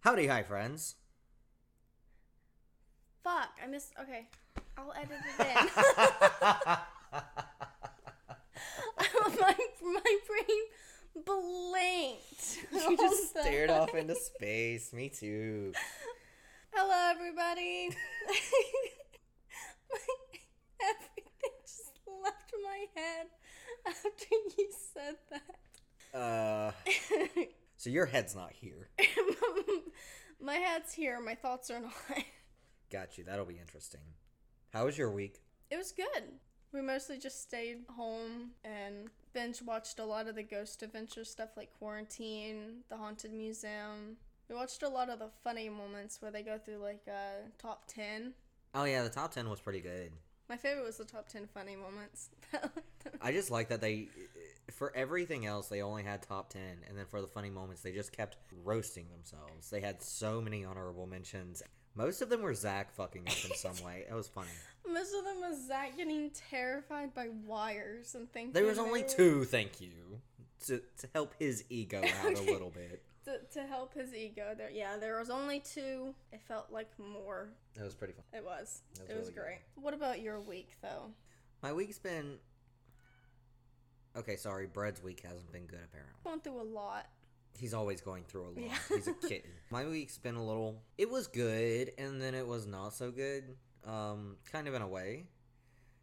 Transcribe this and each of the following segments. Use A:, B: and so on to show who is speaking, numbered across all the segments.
A: Howdy, hi, friends.
B: Fuck, I missed. Okay, I'll edit it in. my my brain blinked.
A: you just
B: Hold on.
A: stared off into space. Me too.
B: Hello, everybody. my, everything just left my head after you said that.
A: Uh, so your head's not here.
B: my head's here. My thoughts are not.
A: Got you. That'll be interesting. How was your week?
B: It was good. We mostly just stayed home and binge watched a lot of the ghost adventure stuff like Quarantine, The Haunted Museum. We watched a lot of the funny moments where they go through like uh, top 10.
A: Oh yeah, the top ten was pretty good.
B: My favorite was the top 10 funny moments.
A: I just like that they, for everything else, they only had top ten, and then for the funny moments, they just kept roasting themselves. They had so many honorable mentions. Most of them were Zach fucking up in some way. It was funny.
B: Most of them was Zach getting terrified by wires and thinking.
A: There was
B: they
A: only
B: were-
A: two. Thank you to to help his ego out a
B: Okay.
A: little bit.
B: To, to help his ego. There, yeah, there was only two. It felt like more.
A: It was pretty fun.
B: It was.
A: That was
B: it was
A: really good.
B: great. What about your week, though?
A: My week's been okay. Sorry, Bread's week hasn't been good. Apparently,
B: Going through a lot.
A: he's always going through a lot.
B: Yeah.
A: He's a kitten. My week's been a little. It was good, and then it was not so good. Um, kind of in a way.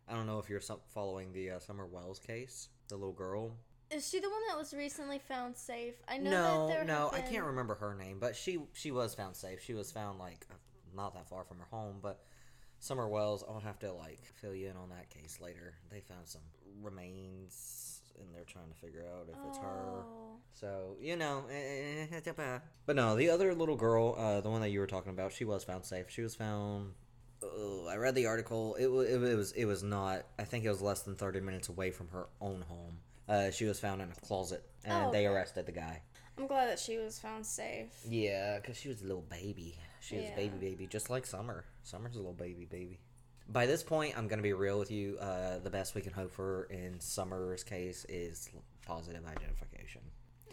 A: I don't know if you're some- following the uh, Summer Wells case, the little girl.
B: Is she the one that was recently found safe? I know that
A: No,
B: there
A: no,
B: have
A: I
B: been-
A: can't remember her name, but she she was found safe. She was found like not that far from her home, but Summer Wells. I'll have to like fill you in on that case later. They found some remains, and they're trying to figure out if it's her.
B: Oh.
A: So you know, eh, eh, eh, eh, but no, the other little girl, uh, the one that you were talking about, she was found safe. She was found. Oh, I read the article. It, wa- it, wa- it was it was not. I think it was less than thirty minutes away from her own home. Uh, she was found in a closet, and
B: Oh,
A: they
B: okay.
A: arrested the guy.
B: I'm glad that she was found safe.
A: Yeah, because she was a little baby. She was a
B: Yeah.
A: baby baby, just like Summer. Summer's a little baby baby. By this point, I'm gonna be real with you. Uh, the best we can hope for in Summer's case is positive identification.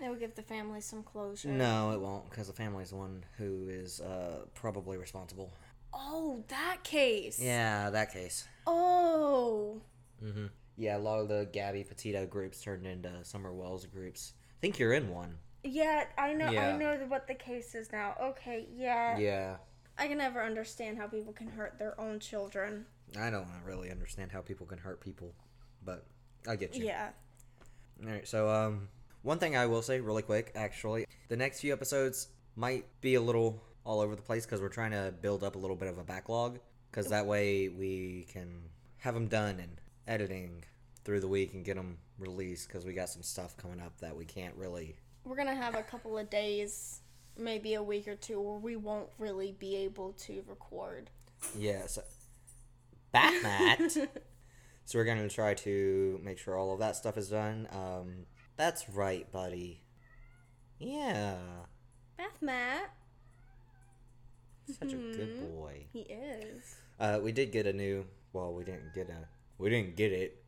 B: It would give the family some closure.
A: No, it won't, because the family's the one who is uh, probably responsible.
B: Oh, that case.
A: Yeah, that case.
B: Oh.
A: Mm-hmm. Yeah, a lot of the Gabby Petito groups turned into Summer Wells groups. I think you're in one.
B: Yeah, I know.
A: Yeah.
B: I know th- what the case is now. Okay. Yeah.
A: Yeah.
B: I can never understand how people can hurt their own children.
A: I don't really understand how people can hurt people, but I get you.
B: Yeah.
A: All right. So, um, one thing I will say really quick, actually, the next few episodes might be a little all over the place because we're trying to build up a little bit of a backlog because that way we can have them done and editing through the week and get them released because we got some stuff coming up that we can't really.
B: We're gonna have a couple of days, maybe a week or two, where we won't really be able to record.
A: Yeah. So, back mat. so we're gonna try to make sure all of that stuff is done. Um, that's right, buddy. Yeah.
B: Math Matt.
A: Such a good boy.
B: He is.
A: Uh, we did get a new. Well, we didn't get a. We didn't get it.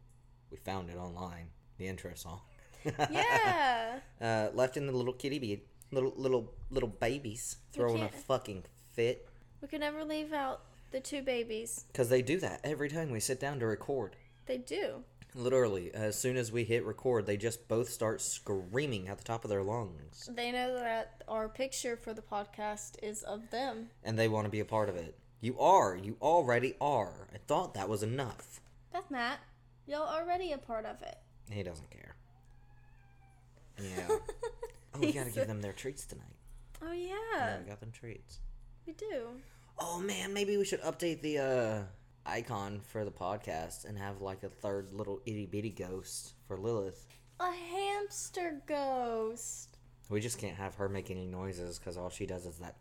A: We found it online. The intro song.
B: Yeah.
A: uh, left in the little kitty beat. Little little little babies throwing a
B: can't-
A: fucking fit
B: We could never leave out the two babies.
A: because they do that every time we sit down to record.
B: They do.
A: Literally, as soon as we hit record, they just both start screaming at the top of their lungs,
B: They know that our picture for the podcast is of them.
A: and they want to be a part of it. You are. You already are. I thought that was enough.
B: Beth Matt, y'all already a part of it.
A: He doesn't care. Yeah. oh, we gotta give them their treats tonight.
B: Oh yeah,
A: Yeah, we got them treats.
B: we do.
A: Uh, Oh man, maybe we should update the uh, icon for the podcast and have like a third little itty bitty ghost for Lilith.
B: A hamster ghost.
A: We just can't have her make any noises because all she does is that.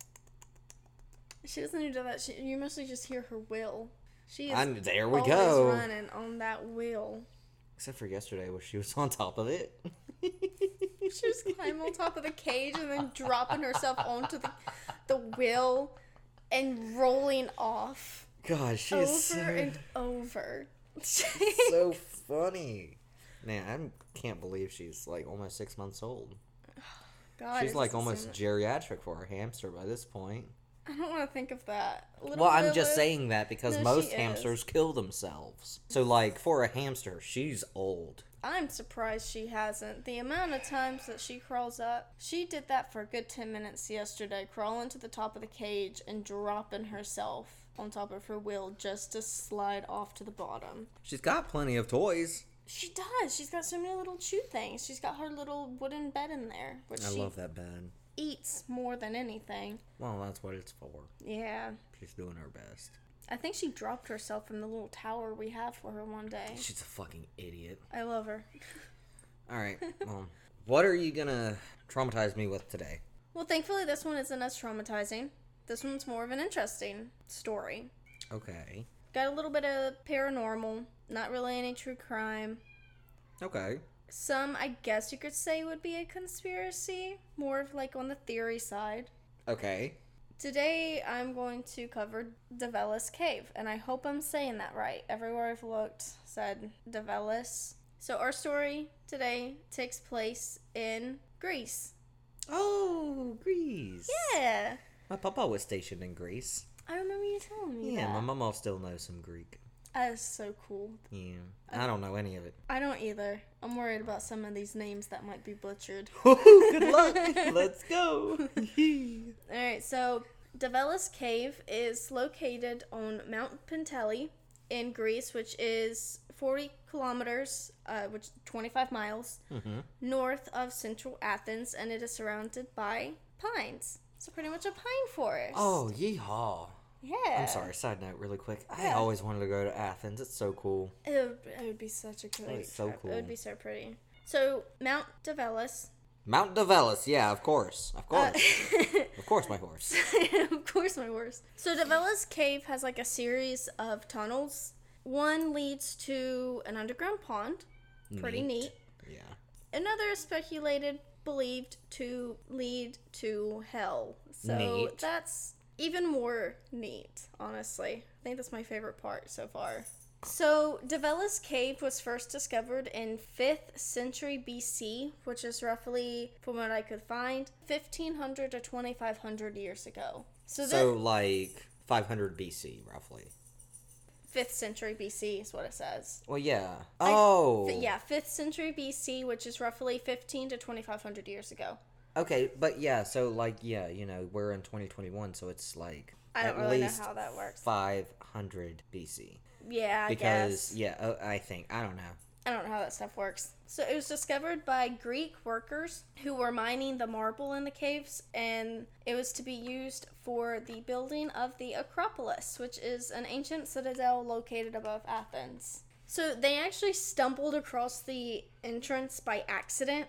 B: She doesn't even do that. She, you mostly just hear her will. She is
A: I'm there. We
B: always
A: go.
B: running on that will.
A: Except for yesterday, where she was on top of it.
B: She was climbing on top of the cage and then dropping herself onto the the wheel and rolling off
A: Gosh, she
B: over
A: is so,
B: and over.
A: so funny. Man, I can't believe she's like almost six months old.
B: God,
A: She's
B: it
A: like
B: doesn't
A: almost
B: seem-
A: geriatric for a hamster by this point.
B: I don't want to think of that. Little
A: Well, I'm
B: Willis-
A: just saying that because
B: No, she
A: most
B: is.
A: hamsters kill themselves. So, like, for a hamster, she's old.
B: I'm surprised she hasn't. The amount of times that she crawls up, she did that for a good 10 minutes yesterday, crawling to the top of the cage and dropping herself on top of her wheel just to slide off to the bottom.
A: She's got plenty of toys.
B: She does. She's got so many little chew things. She's got her little wooden bed in there, which
A: I
B: she
A: love that bed.
B: eats more than anything.
A: Well, that's what it's for.
B: Yeah.
A: She's doing her best.
B: I think she dropped herself from the little tower we have for her one day.
A: She's a fucking idiot.
B: I love her.
A: All right. Well, what are you gonna traumatize me with today?
B: Well, thankfully, this one isn't as traumatizing. This one's more of an interesting story.
A: Okay.
B: Got a little bit of paranormal, not really any true crime.
A: Okay.
B: Some, I guess you could say, would be a conspiracy, more of like on the theory side.
A: Okay.
B: Today, I'm going to cover Develis Cave, and I hope I'm saying that right. Everywhere I've looked said Develis. So, our story today takes place in Greece.
A: Oh, Greece.
B: Yeah!
A: My papa was stationed in Greece.
B: I remember you telling me
A: Yeah,
B: that.
A: my mama still knows some Greek.
B: That is so cool.
A: Yeah. I don't know any of it.
B: I don't either. I'm worried about some of these names that might be butchered.
A: Good luck. Let's go.
B: All right, so Develis Cave is located on Mount Penteli in Greece, which is 40 kilometers, uh, which 25 miles
A: Mhm.
B: north of central Athens, and it is surrounded by pines. So pretty much a pine forest.
A: Oh, yeehaw.
B: yeah.
A: I'm sorry, side note really quick. I
B: Yeah.
A: always wanted to go to Athens. It's so cool.
B: It would, it would be such a good
A: Oh, it's so
B: trip. It
A: cool.
B: would be so pretty. So Mount Develis.
A: Mount Develis, yeah, of course. Of
B: uh,
A: course. of course my horse.
B: of course, my worst. So, Devella's cave has like a series of tunnels. One leads to an underground pond, pretty neat.
A: Yeah.
B: Another is speculated, believed to lead to hell. So,
A: Neat.
B: that's even more neat, honestly. I think that's my favorite part so far. So, Devella's cave was first discovered in 5th century BC, which is roughly, from what I could find, 1500 to 2500 years ago. So, this,
A: So like 500 BC roughly.
B: fifth century BC is what it says.
A: Well, yeah.
B: I-
A: Oh.
B: F- yeah, fifth century BC, which is roughly fifteen to twenty five hundred years ago.
A: Okay, but yeah, so like yeah, you know, we're in 2021, so it's like
B: I don't
A: at
B: really know
A: least
B: how that works.
A: 500 BC.
B: Yeah, I
A: Because
B: guess
A: yeah, oh, I think I don't know.
B: I don't know how that stuff works. So it was discovered by Greek workers who were mining the marble in the caves, and it was to be used for the building of the Acropolis, which is an ancient citadel located above Athens. So they actually stumbled across the entrance by accident.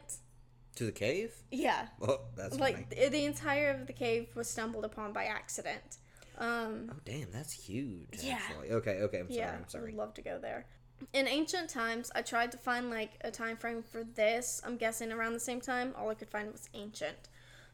A: To the cave?
B: Yeah,
A: Oh, that's funny.
B: like the, the entire of the cave was stumbled upon by accident. Um,
A: Oh, damn, that's huge.
B: Yeah.
A: Actually. Okay, okay, I'm sorry.
B: yeah,
A: I'm
B: I would
A: sorry.
B: love to go there. In ancient times, I tried to find like a time frame for this. I'm guessing around the same time. All I could find was ancient.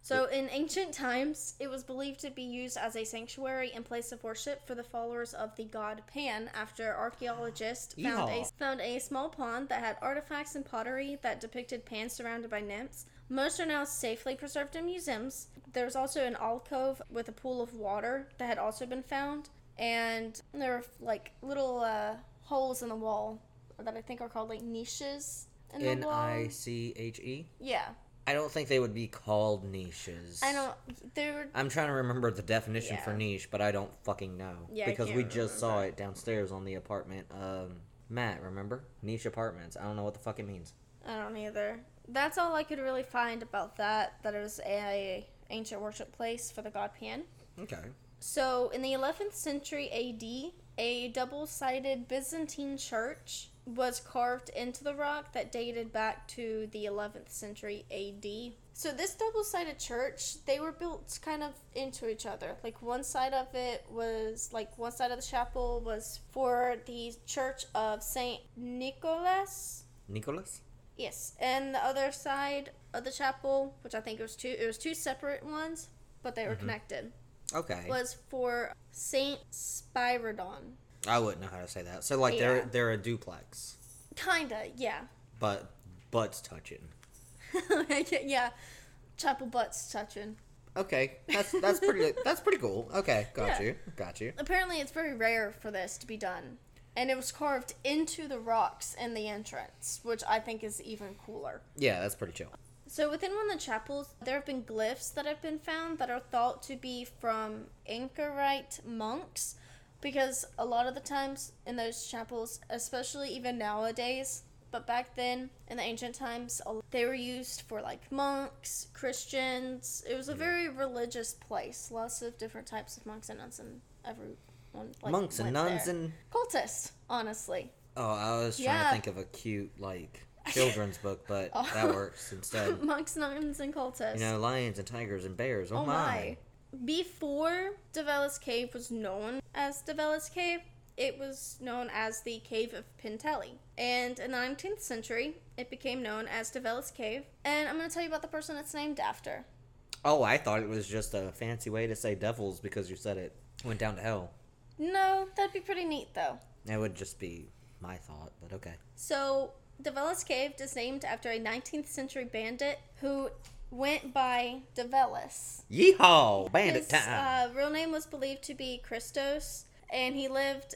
B: So in ancient times, it was believed to be used as a sanctuary and place of worship for the followers of the god Pan. After archaeologists found a
A: Yeehaw.
B: found a small pond that had artifacts and pottery that depicted Pan surrounded by nymphs. Most are now safely preserved in museums. There's also an alcove with a pool of water that had also been found, and there were like little uh, holes in the wall that I think are called like niches in the
A: N I
B: wall.
A: C H E.
B: Yeah,
A: I don't think they would be called niches.
B: I don't. They were
A: I'm trying to remember the definition for
B: Yeah.
A: niche, but I don't fucking know
B: Yeah, I
A: because
B: can't
A: we just saw
B: remember.
A: it downstairs on the apartment. Um, Matt, remember niche apartments? I don't know what the fuck it means.
B: I don't either. That's all I could really find about that. That it was a ancient worship place for the god Pan.
A: Okay.
B: So in the 11th century AD, a double-sided Byzantine church was carved into the rock that dated back to the 11th century AD. So this double-sided church, they were built kind of into each other. Like one side of it was like one side of the chapel was for the church of Saint Nicholas.
A: Nicholas.
B: Yes, and the other side of the chapel, which I think it was two, it was two separate ones, but they were connected,
A: Okay.
B: was for Saint Spyridon.
A: I wouldn't know how to say that. So like they're
B: Yeah.
A: they're a duplex,
B: Kinda, yeah,
A: but butts touching.
B: yeah. Chapel butts touching.
A: Okay, that's that's pretty that's pretty cool. Okay, got
B: Yeah.
A: you, got you.
B: Apparently, it's very rare for this to be done. And it was carved into the rocks in the entrance, which I think is even cooler.
A: Yeah, that's pretty chill.
B: So within one of the chapels, there have been glyphs that have been found that are thought to be from Anchorite monks, because a lot of the times in those chapels, especially even nowadays, but back then in the ancient times, a- they were used for like monks, Christians. It was a very religious place. Lots of different types of monks and nuns and everyone. Like,
A: Monks and
B: went
A: nuns
B: there.
A: and
B: cultists, honestly.
A: oh, I was trying to
B: Yeah.
A: think of a cute like children's book, but
B: Oh.
A: that works instead.
B: monks, nuns, and cultists.
A: You know, lions and tigers and bears. Oh,
B: Oh
A: my.
B: my. Before Devella's Cave was known as Devella's Cave, it was known as the Cave of Pintelli. And in the 19th century, it became known as Devella's Cave. And I'm going to tell you about the person it's named after.
A: Oh, I thought it was just a fancy way to say devils because you said it went down to hell.
B: No, that'd be pretty neat though.
A: That would just be my thought, but okay.
B: So, Devella's Cave is named after a 19th century bandit who went by Devellas.
A: Yeehaw! Bandit
B: His
A: time.
B: uh, real name was believed to be Christos, and he lived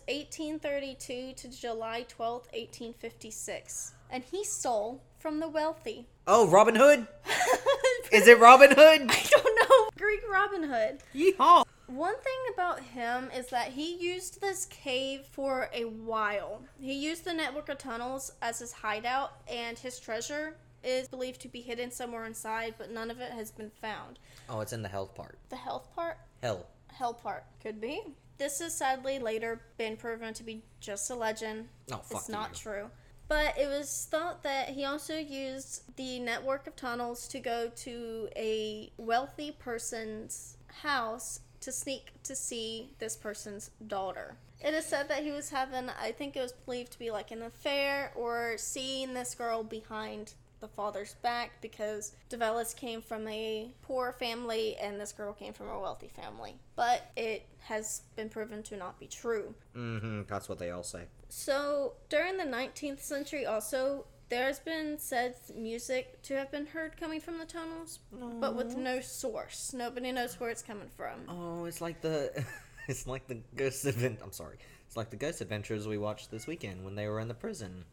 B: 1832 to July 12th, 1856. And he stole from the wealthy.
A: oh, Robin Hood?
B: I
A: Is it Robin Hood?
B: don't know. Greek Robin Hood.
A: Yeehaw!
B: One thing about him is that he used this cave for a while. He used the network of tunnels as his hideout, and his treasure is believed to be hidden somewhere inside, but none of it has been found.
A: Oh, it's in the health part.
B: The health part
A: Hell.
B: Hell part. Could be. This has sadly later been proven to be just a legend.
A: Oh, fuck
B: it's not
A: you.
B: true. But it was thought that he also used the network of tunnels to go to a wealthy person's house to sneak to see this person's daughter. It is said that he was having, I think it was believed to be like an affair or seeing this girl behind the father's back because Develis came from a poor family and this girl came from a wealthy family. But it has been proven to not be true.
A: Mm-hmm, that's what they all say.
B: So during the 19th century, also there's been said music to have been heard coming from the tunnels, but with no source. Nobody knows where it's coming from.
A: Oh, it's like the... It's like the ghost event. I'm sorry. It's like the ghost adventures we watched this weekend when they were in the prison.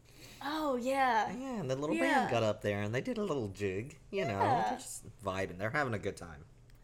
B: Oh yeah,
A: Yeah, and the little
B: Yeah.
A: band got up there and they did a little jig. You know,
B: Yeah.
A: they're just vibing. They're having a good time.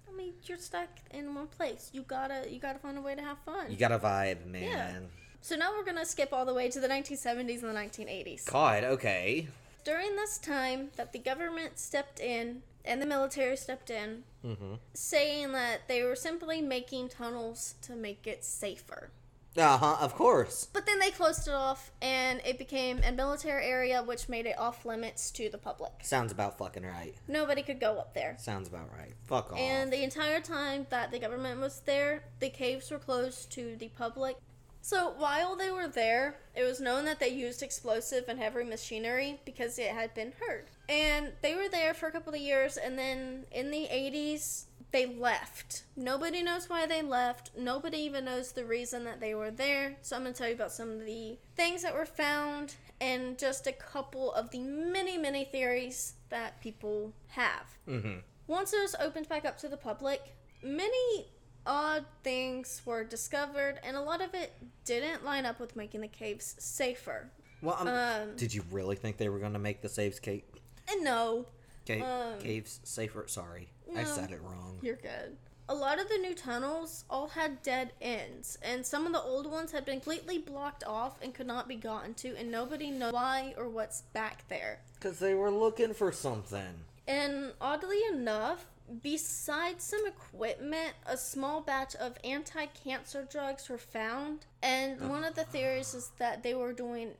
B: I mean you're stuck in one place. You gotta you gotta find a way to have fun.
A: You got a vibe, man.
B: so now we're gonna skip all the way to the 1970s and the 1980s.
A: God, okay.
B: During this time that the government stepped in and the military stepped in,
A: Mm-hmm.
B: saying that they were simply making tunnels to make it safer.
A: Uh huh. Of course.
B: But then they closed it off and it became a military area, which made it off limits to the public.
A: Sounds about fucking right.
B: Nobody could go up there.
A: Sounds about right. Fuck off.
B: And the entire time that the government was there, the caves were closed to the public. So while they were there, it was known that they used explosive and heavy machinery because it had been heard. And they were there for a couple of years, and then in the 80s, they left. Nobody knows why they left. Nobody even knows the reason that they were there. So I'm going to tell you about some of the things that were found and just a couple of the many, many theories that people have
A: mm-hmm.
B: once it was opened back up to the public, many odd things were discovered, and a lot of it didn't line up with making the caves safer.
A: Well, um,
B: Um,
A: did you really think they were gonna make the saves cake,
B: And no,
A: cave,
B: Um,
A: caves safer? Sorry, I
B: no.
A: said it wrong.
B: you're good. A lot of the new tunnels all had dead ends, and some of the old ones had been completely blocked off and could not be gotten to, and nobody knows why or what's back there.
A: Cause they were looking for something.
B: And oddly enough, besides some equipment, a small batch of anti cancer drugs were found. And one of the theories is that they were doing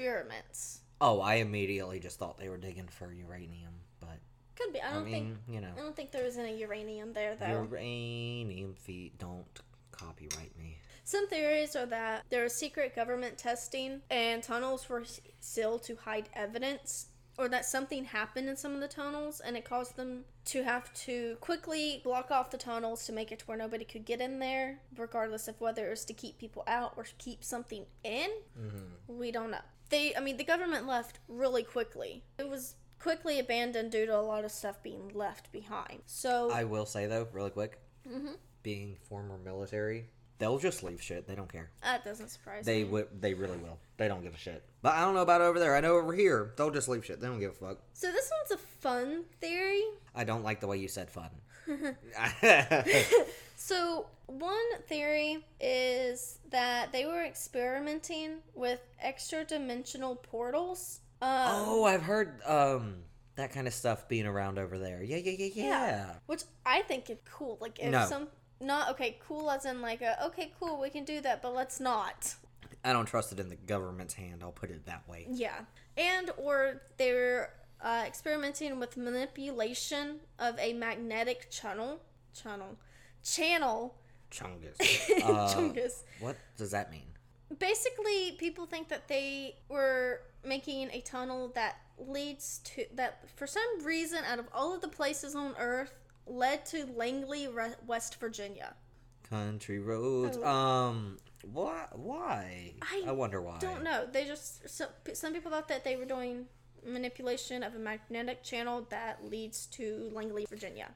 B: experiments.
A: Oh, I immediately just thought they were digging for uranium, but
B: Could be. I
A: I,
B: don't think
A: mean, you know,
B: I don't think there was any uranium there though.
A: uranium feet. Don't copyright me.
B: Some theories are that there was secret government testing and tunnels were s- sealed to hide evidence, or that something happened in some of the tunnels and it caused them to have to quickly block off the tunnels to make it to where nobody could get in there, regardless of whether it was to keep people out or keep something
A: Mm-hmm.
B: in. We don't know. They, I mean, the government left really quickly. It was quickly abandoned due to a lot of stuff being left behind. So,
A: I will say though, really quick,
B: Mhm.
A: being former military, they'll just leave shit. They don't care.
B: that doesn't surprise
A: They
B: me.
A: would. They really will. They don't give a shit. But I don't know about over there. I know over here, they'll just leave shit. They don't give a fuck.
B: So, this one's a fun theory.
A: I don't like the way you said fun.
B: So, one theory is that they were experimenting with extra dimensional portals. Um,
A: oh, I've heard um that kind of stuff being around over there. Yeah, yeah, yeah, yeah.
B: Which I think is cool. Like, if
A: No.
B: some. Not okay, cool as in like a okay, cool, we can do that, but let's not.
A: I don't trust it in the government's hand. I'll put it that way.
B: Yeah. And or they're uh, experimenting with manipulation of a magnetic channel channel channel
A: Chungus. Uh,
B: Chungus.
A: What does that mean?
B: Basically, people think that they were making a tunnel that leads to that for some reason out of all of the places on earth led to Langley, Re- West Virginia.
A: Country roads.
B: Oh.
A: Um. Why? Why?
B: I
A: wonder why.
B: Don't know. They just some, some people thought that they were doing manipulation of a magnetic channel that leads to Langley, Virginia.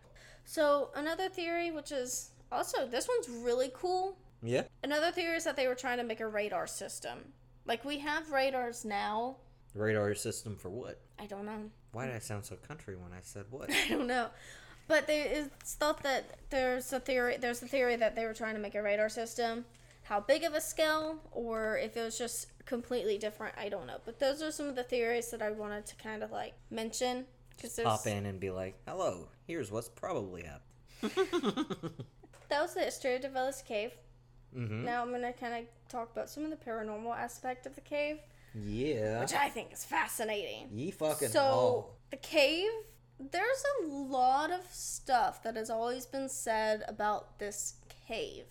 B: So another theory, which is also this one's really cool.
A: Yeah.
B: Another theory is that they were trying to make a radar system. Like we have radars now.
A: Radar system for what?
B: I don't know.
A: Why did I sound so country when I said what?
B: I don't know. But there is thought that there's a theory. There's a theory that they were trying to make a radar system. How big of a scale, or if it was just completely different, I don't know. But those are some of the theories that I wanted to kind of like mention because
A: Pop
B: there's
A: in and be like, "Hello. Here's what's probably up."
B: that was the history of Devella's cave.
A: hmm
B: Now I'm gonna kind of talk about some of the paranormal aspect of the cave,
A: Yeah.
B: which I think is fascinating.
A: Ye fucking
B: so
A: all.
B: the cave there's a lot of stuff that has always been said about this cave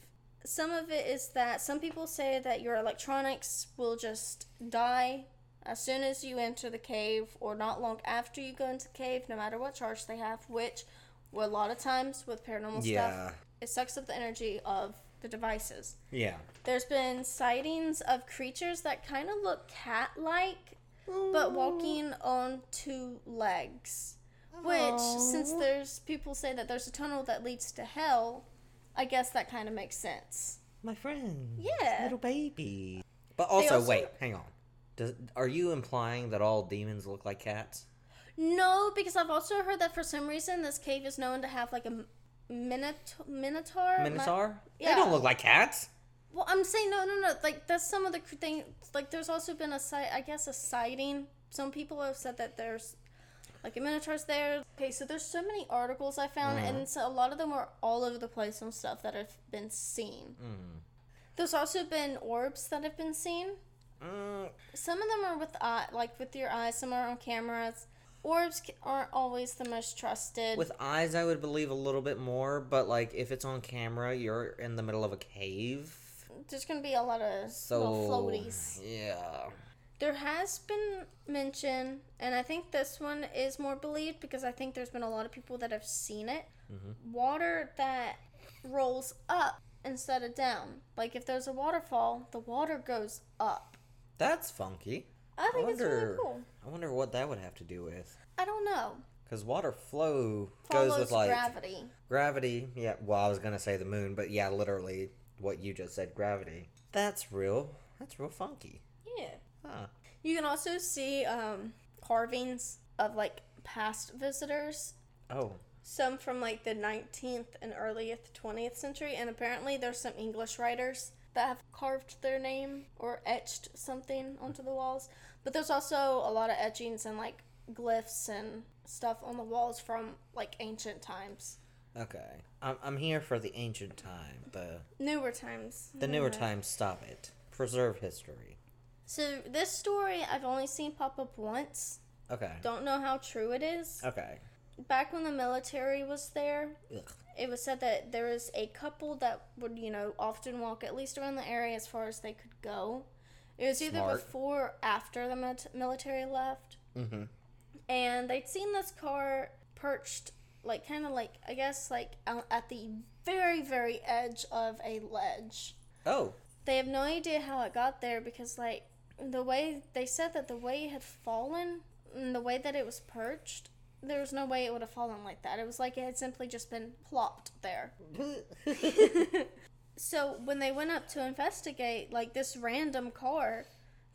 B: some of it is that some people say that your electronics will just die as soon as you enter the cave or not long after you go into the cave no matter what charge they have which well, a lot of times with paranormal
A: Yeah.
B: stuff it sucks up the energy of the devices
A: Yeah.
B: there's been sightings of creatures that kind of look cat like, but walking on two legs. Which, since there's people say that there's a tunnel that leads to hell, I guess that kind of makes sense.
A: My friend.
B: Yeah.
A: Little baby. But also,
B: also-
A: wait, hang on. Does, are you implying that all demons look like cats?
B: No, because I've also heard that for some reason this cave is known to have like a m- minot- minotaur. mi-
A: Minotaur? They
B: yeah.
A: don't look like cats.
B: Well, I'm saying no, no, no. Like that's some of the cr- thing. Like there's also been a site, I guess, a sighting. Some people have said that there's like a minotaur's there. Okay, so there's so many articles I found,
A: Mm.
B: and so a lot of them are all over the place on stuff that have been seen. There's also been orbs that have been seen.
A: Mm,
B: Some of them are with eye, like with your eyes. Some are on cameras. Orbs ca- aren't always the most trusted.
A: with eyes, I would believe a little bit more, but like if it's on camera, you're in the middle of a cave.
B: there's gonna be a lot of
A: So.
B: little floaties.
A: Yeah.
B: There has been mention, and I think this one is more believed because I think there's been a lot of people that have seen it.
A: Mm-hmm.
B: Water that rolls up instead of down. Like if there's a waterfall, the water goes up.
A: That's funky.
B: I think it's
A: wonder-
B: really cool.
A: I wonder what that would have to do with.
B: I don't know.
A: Because water flow
B: Follows
A: goes with like
B: gravity.
A: gravity. Yeah, well, I was gonna say the moon, but yeah, literally what you just said, gravity. That's real. That's real funky.
B: Yeah.
A: Huh.
B: You can also see um, carvings of like past visitors
A: Oh,
B: some from like the 19th and early 20th century and apparently there's some english writers that have carved their name or etched something onto the walls but there's also a lot of etchings and like glyphs and stuff on the walls from like ancient times
A: okay. I'm I'm here for the ancient time, the
B: newer times
A: the newer times. Stop it. Preserve history.
B: so this story i've only seen pop up once
A: Okay.
B: don't know how true it is
A: Okay.
B: back when the military was there
A: Ugh.
B: it was said that there was a couple that would, you know, often walk at least around the area as far as they could go. It was either
A: Smart.
B: before or after the mil- military left.
A: Mhm.
B: And they'd seen this car perched, like, kind of like, I guess, like out at the very, very edge of a ledge.
A: Oh.
B: They have no idea how it got there because, like, the way they said that the way it had fallen and the way that it was perched, there was no way it would have fallen like that. It was like it had simply just been plopped there. so when they went up to investigate, like this random car,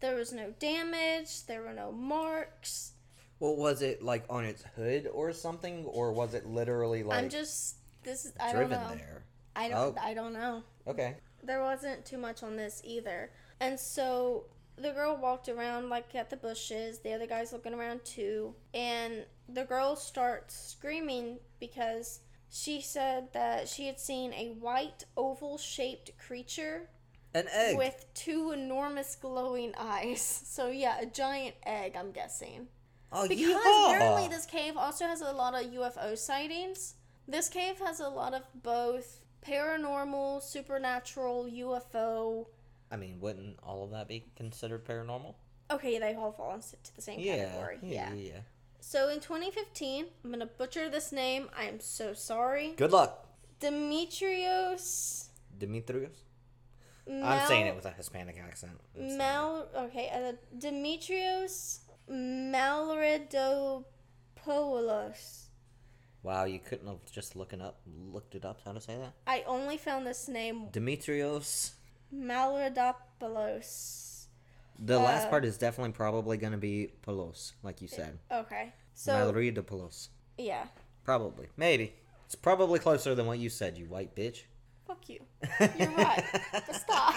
B: there was no damage, there were no marks.
A: Well, was it like on its hood or something, or was it literally like
B: I'm just this is I don't
A: driven
B: know.
A: there? Oh.
B: I don't I don't know.
A: Okay.
B: There wasn't too much on this either. And so the girl walked around like at the bushes. The other guy's looking around too. And the girl starts screaming because she said that she had seen a white oval shaped creature
A: An egg.
B: with two enormous glowing eyes. So yeah, a giant egg, I'm guessing.
A: oh,
B: Because
A: yeehaw!
B: apparently this cave also has a lot of UFO sightings. This cave has a lot of both paranormal, supernatural, UFO.
A: I mean, wouldn't all of that be considered paranormal?
B: Okay, they all fall into the same category. Yeah.
A: yeah, yeah.
B: So in 2015, I'm gonna butcher this name. I am so sorry.
A: Good luck,
B: Demetrios.
A: Demetrius.
B: Mal-
A: I'm saying it with a Hispanic accent. I'm sorry.
B: Mal. Okay, uh, Demetrios Malredopoulos.
A: Wow, you couldn't have just looking up looked it up how to say that.
B: I only found this name
A: Demetrios.
B: Malredopoulos.
A: The last
B: Uh,
A: part is definitely probably going to be Pelos, like you said.
B: Okay. So
A: Mallory de Pelos.
B: yeah.
A: Probably. Maybe. It's probably closer than what you said, you white bitch.
B: Fuck you. You're right. But stop.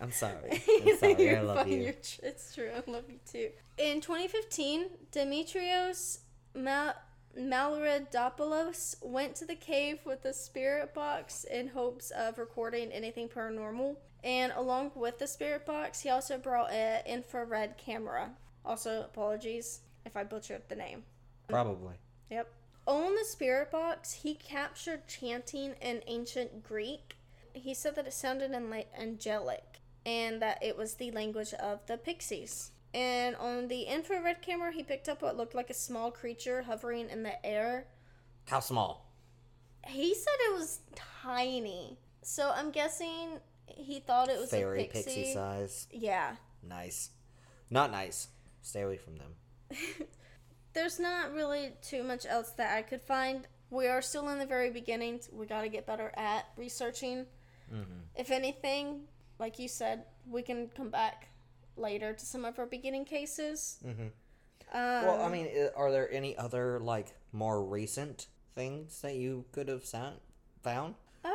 A: I'm sorry. I'm sorry. I love
B: funny.
A: you.
B: You're tr- it's true. I love you too. In 2015, Demetrios Ma- Malredopoulos went to the cave with a spirit box in hopes of recording anything paranormal. And along with the spirit box, he also brought an infrared camera. Also, apologies if I butchered the name.
A: Probably.
B: Yep. On the spirit box, he captured chanting in ancient Greek. He said that it sounded in- angelic and that it was the language of the pixies. And on the infrared camera, he picked up what looked like a small creature hovering in the air.
A: How small?
B: He said it was tiny. So I'm guessing he thought it was
A: Fairy
B: a pixie.
A: pixie size.
B: yeah.
A: Nice. Not nice. Stay away from them.
B: There's not really too much else that I could find. We are still in the very beginnings. We got to get better at researching. If anything, like you said, we can come back later to some of our beginning cases.
A: well, I mean, i- are there any other like more recent things that you could have sound- found?
B: Uh,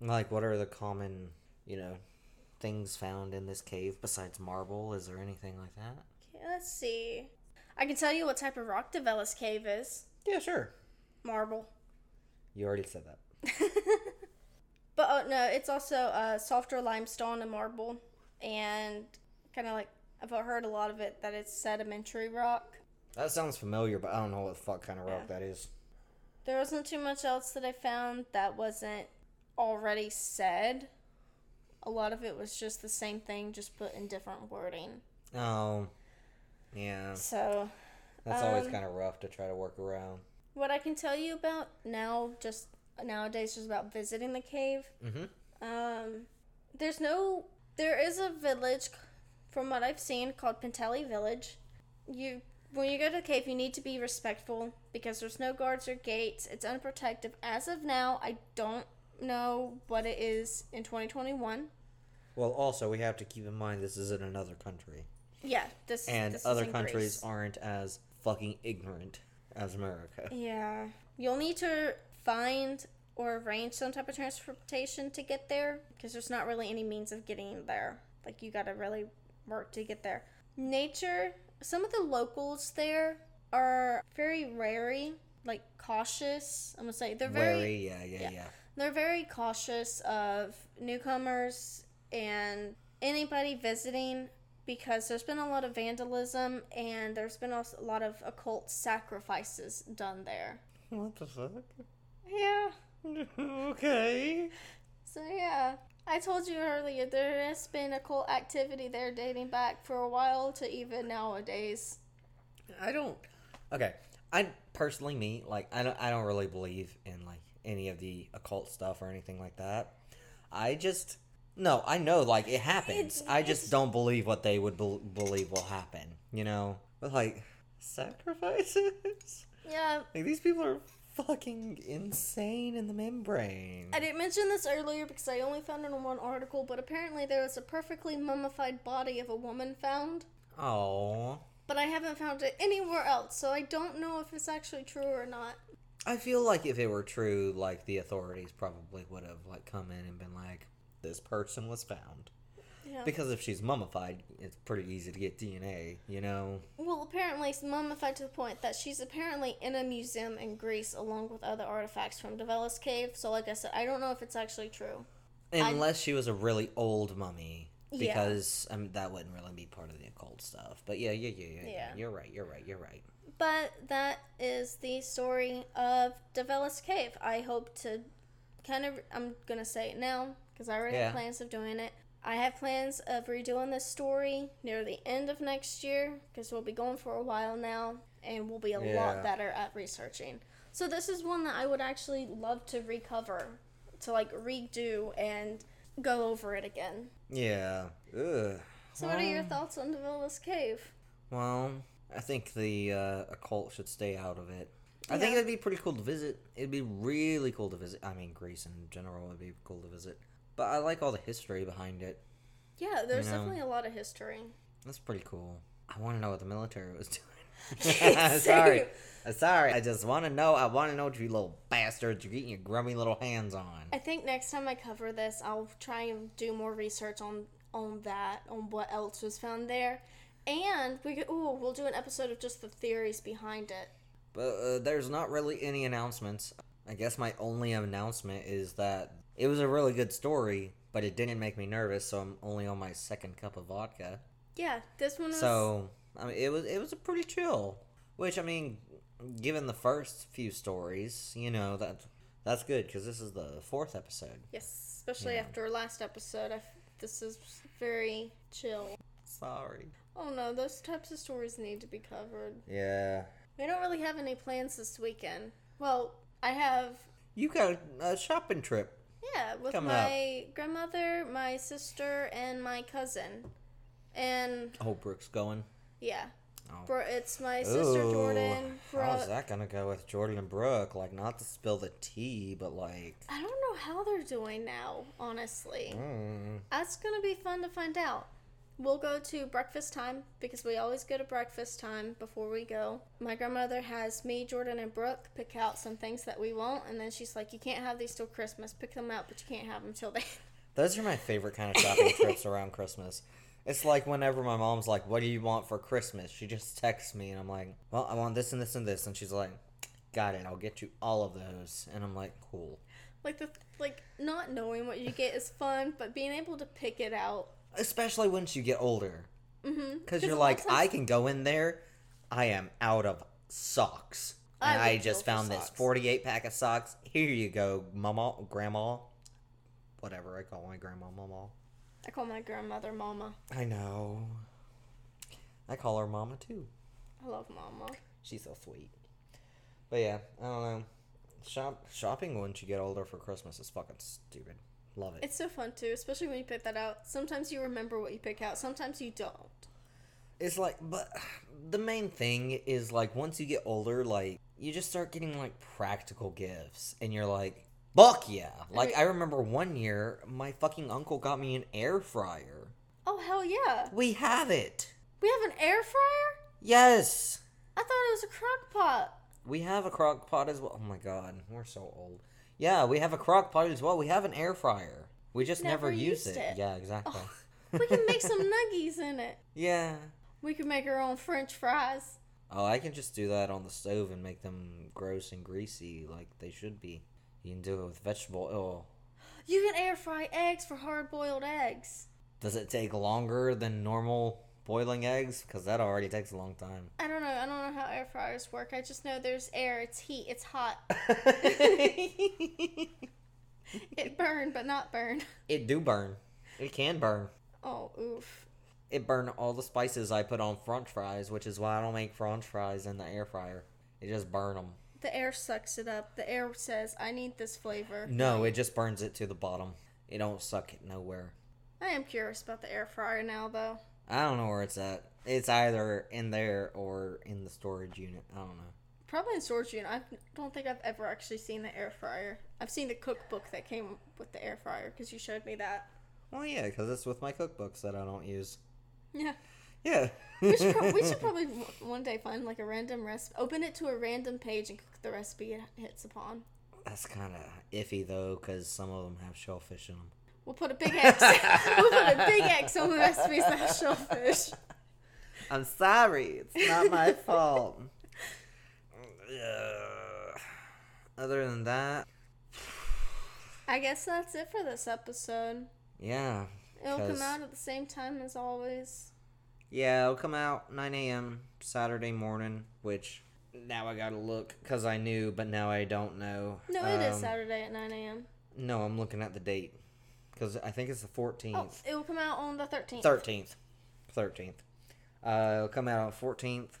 A: Like, what are the common, you know, things found in this cave besides marble? Is there anything like that?
B: okay, let's see. I can tell you what type of rock Develis Cave is
A: Yeah, sure.
B: marble.
A: You already said that.
B: But oh, no, it's also uh, softer limestone and marble. And kind of like, I've heard a lot of it that it's sedimentary rock.
A: That sounds familiar, but I don't know what the fuck kind of rock
B: Yeah.
A: that is.
B: There wasn't too much else that I found that wasn't already said. A lot of it was just the same thing, just put in different wording.
A: Oh, yeah.
B: So,
A: That's always
B: Um,
A: kind of rough to try to work around.
B: what I can tell you about now, just nowadays, just about visiting the cave.
A: Mm-hmm.
B: Um, there's no, there is a village, c- from what I've seen, called Pentelli Village. You, when you go to the cave, you need to be respectful because there's no guards or gates. It's unprotected. As of now, I don't know what it is in 2021.
A: Well, also we have to keep in mind this is in another country,
B: Yeah, this
A: and
B: this is
A: other
B: in
A: countries
B: Greece.
A: aren't as fucking ignorant as America.
B: Yeah, you'll need to find or arrange some type of transportation to get there because there's not really any means of getting there. Like you got to really work to get there. Nature. Some of the locals there are very wary, like cautious. I'm gonna say they're very
A: Wary, yeah, yeah, yeah,
B: they're very cautious of newcomers and anybody visiting because there's been a lot of vandalism and there's been also a lot of occult sacrifices done there.
A: What the fuck?
B: Yeah.
A: okay.
B: So yeah, I told you earlier there has been occult activity there dating back for a while to even nowadays.
A: I don't. Okay. I personally, me, like, I don't, I don't really believe in like any of the occult stuff or anything like that. I just, no, I know, like, it happens. I just don't believe what they would bel believe will happen. You know, but like, sacrifices.
B: Yeah,
A: Like these people are fucking insane in the membrane.
B: I didn't mention this earlier because I only found it in one article, but apparently there was a perfectly mummified body of a woman found,
A: Oh,
B: but I haven't found it anywhere else, so I don't know if it's actually true or not.
A: I feel like if it were true, like the authorities probably would have like come in and been like, "This person was found."
B: Yeah.
A: Because if she's mummified, it's pretty easy to get DNA. You know.
B: Well, apparently it's mummified to the point that she's apparently in a museum in Greece along with other artifacts from Devella's cave. So, like I said, I don't know if it's actually true. I'm-
A: Unless she was a really old mummy,
B: Yeah.
A: because I mean, that wouldn't really be part of the occult stuff. But yeah, yeah, yeah, yeah, yeah.
B: Yeah.
A: You're right. You're right. You're right.
B: But that is the story of Devella's cave. I hope to kind of, I'm going to say it now because I already
A: Yeah.
B: have plans of doing it. I have plans of redoing this story near the end of next year because we'll be going for a while now and we'll be a
A: Yeah.
B: lot better at researching. So, this is one that I would actually love to recover, to like redo and go over it again.
A: Yeah. Ugh.
B: So, what are your
A: Well,
B: thoughts on Devella's cave?
A: Well, I think the uh, occult should stay out of it. I think
B: Yeah.
A: it'd be pretty cool to visit. It'd be really cool to visit. I mean, Greece in general would be cool to visit. But I like all the history behind it.
B: Yeah, there's
A: Yeah.
B: definitely a lot of history.
A: That's pretty cool. I want to know what the military was doing.
B: Same.
A: sorry. Uh, Sorry. I just want to know. I want to know what you little bastards you're getting your grubby little hands on.
B: I think next time I cover this, I'll try and do more research on on that, on what else was found there, and we could, ooh, we'll do an episode of just the theories behind it.
A: But uh, there's not really any announcements. I guess my only announcement is that it was a really good story, but it didn't make me nervous, so I'm only on my second cup of vodka.
B: Yeah, this one was
A: So I mean, it was it was a pretty chill. Which I mean, given the first few stories, you know that that's good because this is the fourth episode.
B: yes, especially after our last episode. I f this is very chill.
A: Sorry.
B: Oh no, those types of stories need to be covered.
A: Yeah.
B: We don't really have any plans this weekend. Well, I have
A: You got a shopping trip.
B: Yeah, with
A: Coming up.
B: my grandmother, my sister, and my cousin. And
A: Oh, Brooke's going.
B: yeah,
A: Oh.
B: bro, it's my sister
A: Ooh,
B: Jordan. Bro,
A: How's that gonna go with Jordan and Brooke? Like, not to spill the tea, but like,
B: I don't know how they're doing now, honestly.
A: mm,
B: That's gonna be fun to find out. We'll go to breakfast time because we always go to breakfast time before we go. My grandmother has me, Jordan, and Brooke pick out some things that we want, and then she's like, "You can't have these till Christmas. Pick them out, but you can't have them till then."
A: Those are my favorite kind of shopping trips around Christmas. It's like whenever my mom's like, "What do you want for Christmas?" She just texts me, and I'm like, "Well, I want this and this and this," and she's like, "Got it. I'll get you all of those." And I'm like, "Cool."
B: like the like not knowing what you get is fun, but being able to pick it out
A: Especially once you get older, because
B: Mm-hmm. 'Cause
A: you're
B: a lot
A: like,
B: of times-
A: "I can go in there. I am out of socks,
B: I
A: and I,
B: would
A: just
B: go for
A: found this
B: socks.
A: 48 pack of socks. Here you go, mama, grandma, whatever I call my grandma, mama."
B: I call my grandmother Mama.
A: I know. I call her mama too.
B: I love Mama.
A: She's so sweet. But yeah, I don't know. Shop shopping once you get older for Christmas is fucking stupid. Love it.
B: It's so fun too, especially when you pick that out. Sometimes you remember what you pick out, sometimes you don't.
A: It's like, but the main thing is like once you get older, like you just start getting like practical gifts, and you're like, fuck yeah! Like I remember one year, my fucking uncle got me an air fryer.
B: Oh hell yeah!
A: We have it.
B: We have an air fryer.
A: Yes,
B: I thought it was a crock pot.
A: we have a crock pot as well. Oh my god, we're so old. Yeah, we have a crock pot as well. We have an air fryer. We just never,
B: Never
A: use
B: used
A: it.
B: it. Oh,
A: Yeah, exactly.
B: We can make some nuggies in it.
A: Yeah.
B: We can make our own French fries.
A: Oh, I can just do that on the stove and make them gross and greasy like they should be. You can do it with vegetable. Oh,
B: You can air fry eggs for hard boiled eggs.
A: does it take longer than normal boiling eggs? Because that already takes a long time.
B: I don't know. I don't know how air fryers work. I just know there's air. It's heat. It's hot. It burned, but not burned.
A: it do burn. It can burn.
B: Oh, oof.
A: It burned all the spices I put on French fries, which is why I don't make French fries in the air fryer. It just burn them.
B: The air sucks it up. The air says, I need this flavor.
A: No, it just burns it to the bottom. It don't suck it nowhere.
B: I am curious about the air fryer now, though.
A: I don't know where it's at. It's either in there or in the storage unit. I don't know.
B: Probably in storage unit. I don't think I've ever actually seen the air fryer. I've seen the cookbook that came with the air fryer because you showed me that.
A: Well, yeah, because it's with my cookbooks that I don't use.
B: Yeah.
A: Yeah.
B: We should, prob- we should probably w- one day find like a random recipe, open it to a random page and cook the recipe it hits upon.
A: That's kind of iffy though, because some of them have shellfish in them.
B: We'll put a big X. we'll put a big X on the recipes that have shellfish.
A: I'm sorry, it's not my fault. Ugh. Other than that,
B: I guess that's it for this episode.
A: yeah,
B: It'll come
A: 'Cause-
B: out at the same time as always.
A: yeah, it'll come out 9 a.m. Saturday morning, which now I gotta look because I knew, but now I don't know.
B: No, it is
A: Um,
B: Saturday at 9 a.m.
A: No, I'm looking at the date because I think it's the 14th.
B: Oh, it will come out on the 13th.
A: 13th. 13th. Uh, it'll come out on 14th.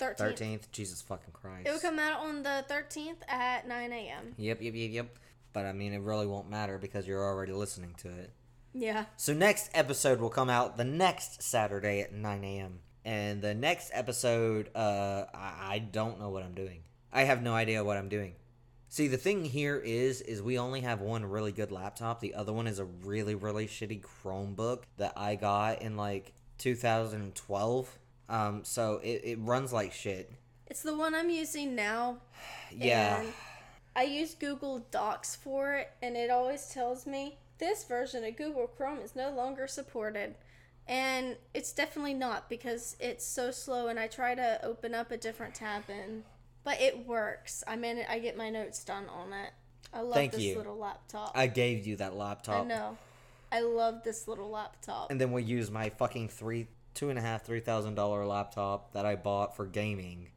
B: 13th.
A: 13th. Jesus fucking Christ.
B: It will come out on the 13th at 9 a.m.
A: Yep, yep, yep, yep. But I mean, it really won't matter because you're already listening to it.
B: Yeah.
A: So, next episode will come out the next Saturday at 9 a.m. And the next episode, uh, I, I don't know what I'm doing. I have no idea what I'm doing. See, the thing here is, is we only have one really good laptop. The other one is a really, really shitty Chromebook that I got in like 2012. Um, so it, it runs like shit.
B: It's the one I'm using now.
A: Yeah.
B: And I use Google Docs for it, and it always tells me this version of Google Chrome is no longer supported. And it's definitely not because it's so slow, and I try to open up a different tab, and but it works. I mean, I get my notes done on it. I love
A: Thank
B: this
A: you.
B: little laptop. I,
A: I gave you that laptop.
B: know. I love this little laptop.
A: and then we use my fucking three two and a half three thousand dollar laptop that i bought for gaming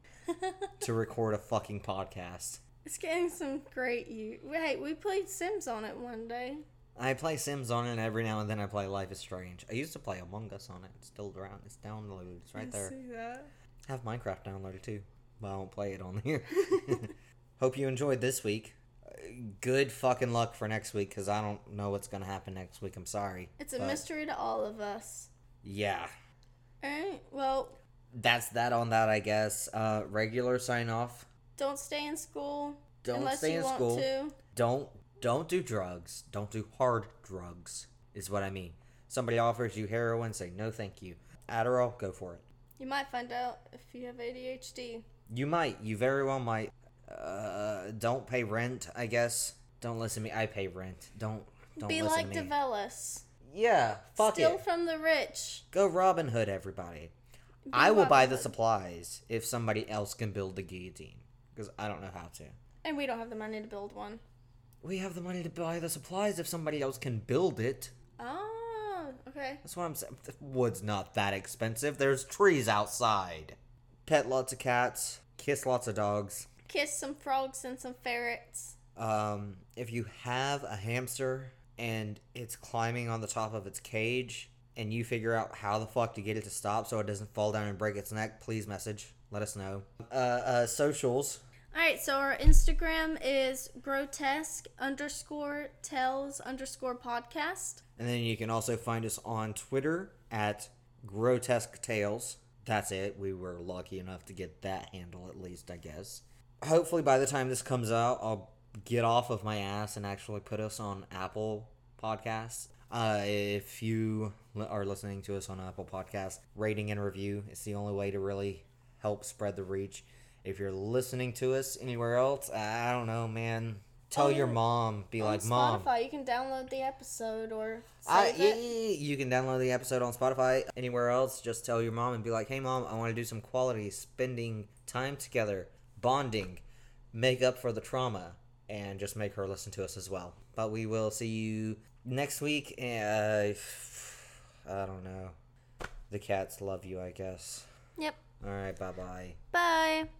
A: to record a fucking podcast
B: It's getting some great use. Hey, we played Sims on it one day.
A: i play sims on it and every now and then i play life is strange i used to play among us on it it's still around it's downloaded it's right there
B: See that?
A: I have minecraft downloaded too but i don't play it on here hope you enjoyed this week Uh, good fucking luck for next week because i don't know what's gonna happen next week i'm sorry
B: It's a
A: But-
B: mystery to all of us.
A: yeah
B: All right. Well,
A: that's that on that i guess uh regular sign off
B: don't stay in school
A: don't
B: unless
A: stay
B: you
A: in
B: want
A: school
B: to.
A: don't don't do drugs don't do hard drugs is what i mean somebody offers you heroin say no thank you adderall go for it
B: You might find out if you have ADHD.
A: you might you very well might uh, don't pay rent i guess don't listen to me i pay rent don't don't
B: Be
A: listen
B: like
A: to me
B: Develis.
A: yeah fuck
B: Steal
A: it
B: from the rich.
A: go robin hood everybody i will
B: Robin
A: buy the
B: Hood.
A: supplies if somebody else can build the guillotine because i don't know how to
B: And we don't have the money to build one.
A: we have the money to buy the supplies if somebody else can build it
B: Oh, okay.
A: That's what I'm saying. The wood's not that expensive. There's trees outside. Pet lots of cats. Kiss lots of dogs.
B: Kiss some frogs and some ferrets.
A: Um, if you have a hamster and it's climbing on the top of its cage and you figure out how the fuck to get it to stop so it doesn't fall down and break its neck, please message. Let us know. Uh, uh, socials.
B: All right, so our Instagram is grotesque underscore tells underscore podcast.
A: And then you can also find us on Twitter at Grotesque Tales. That's it. We were lucky enough to get that handle at least, I guess. Hopefully, by the time this comes out, I'll get off of my ass and actually put us on Apple Podcasts. Uh, if you li- are listening to us on Apple Podcasts, rating and review is the only way to really help spread the reach. If you're listening to us anywhere else, I I don't know, man. Tell your
B: Oh,
A: mom. Be
B: On
A: like, mom.
B: Spotify, you can download the episode or
A: I, e-
B: save
A: yeah, yeah,
B: it.
A: yeah, you can download the episode on Spotify. Anywhere else, just tell your mom and be like, "Hey, mom, I want to do some quality spending time together, bonding, make up for the trauma, and just make her listen to us as well." But we will see you next week. Uh, I don't know. The cats love you, I guess.
B: Yep.
A: All right, bye bye.
B: Bye.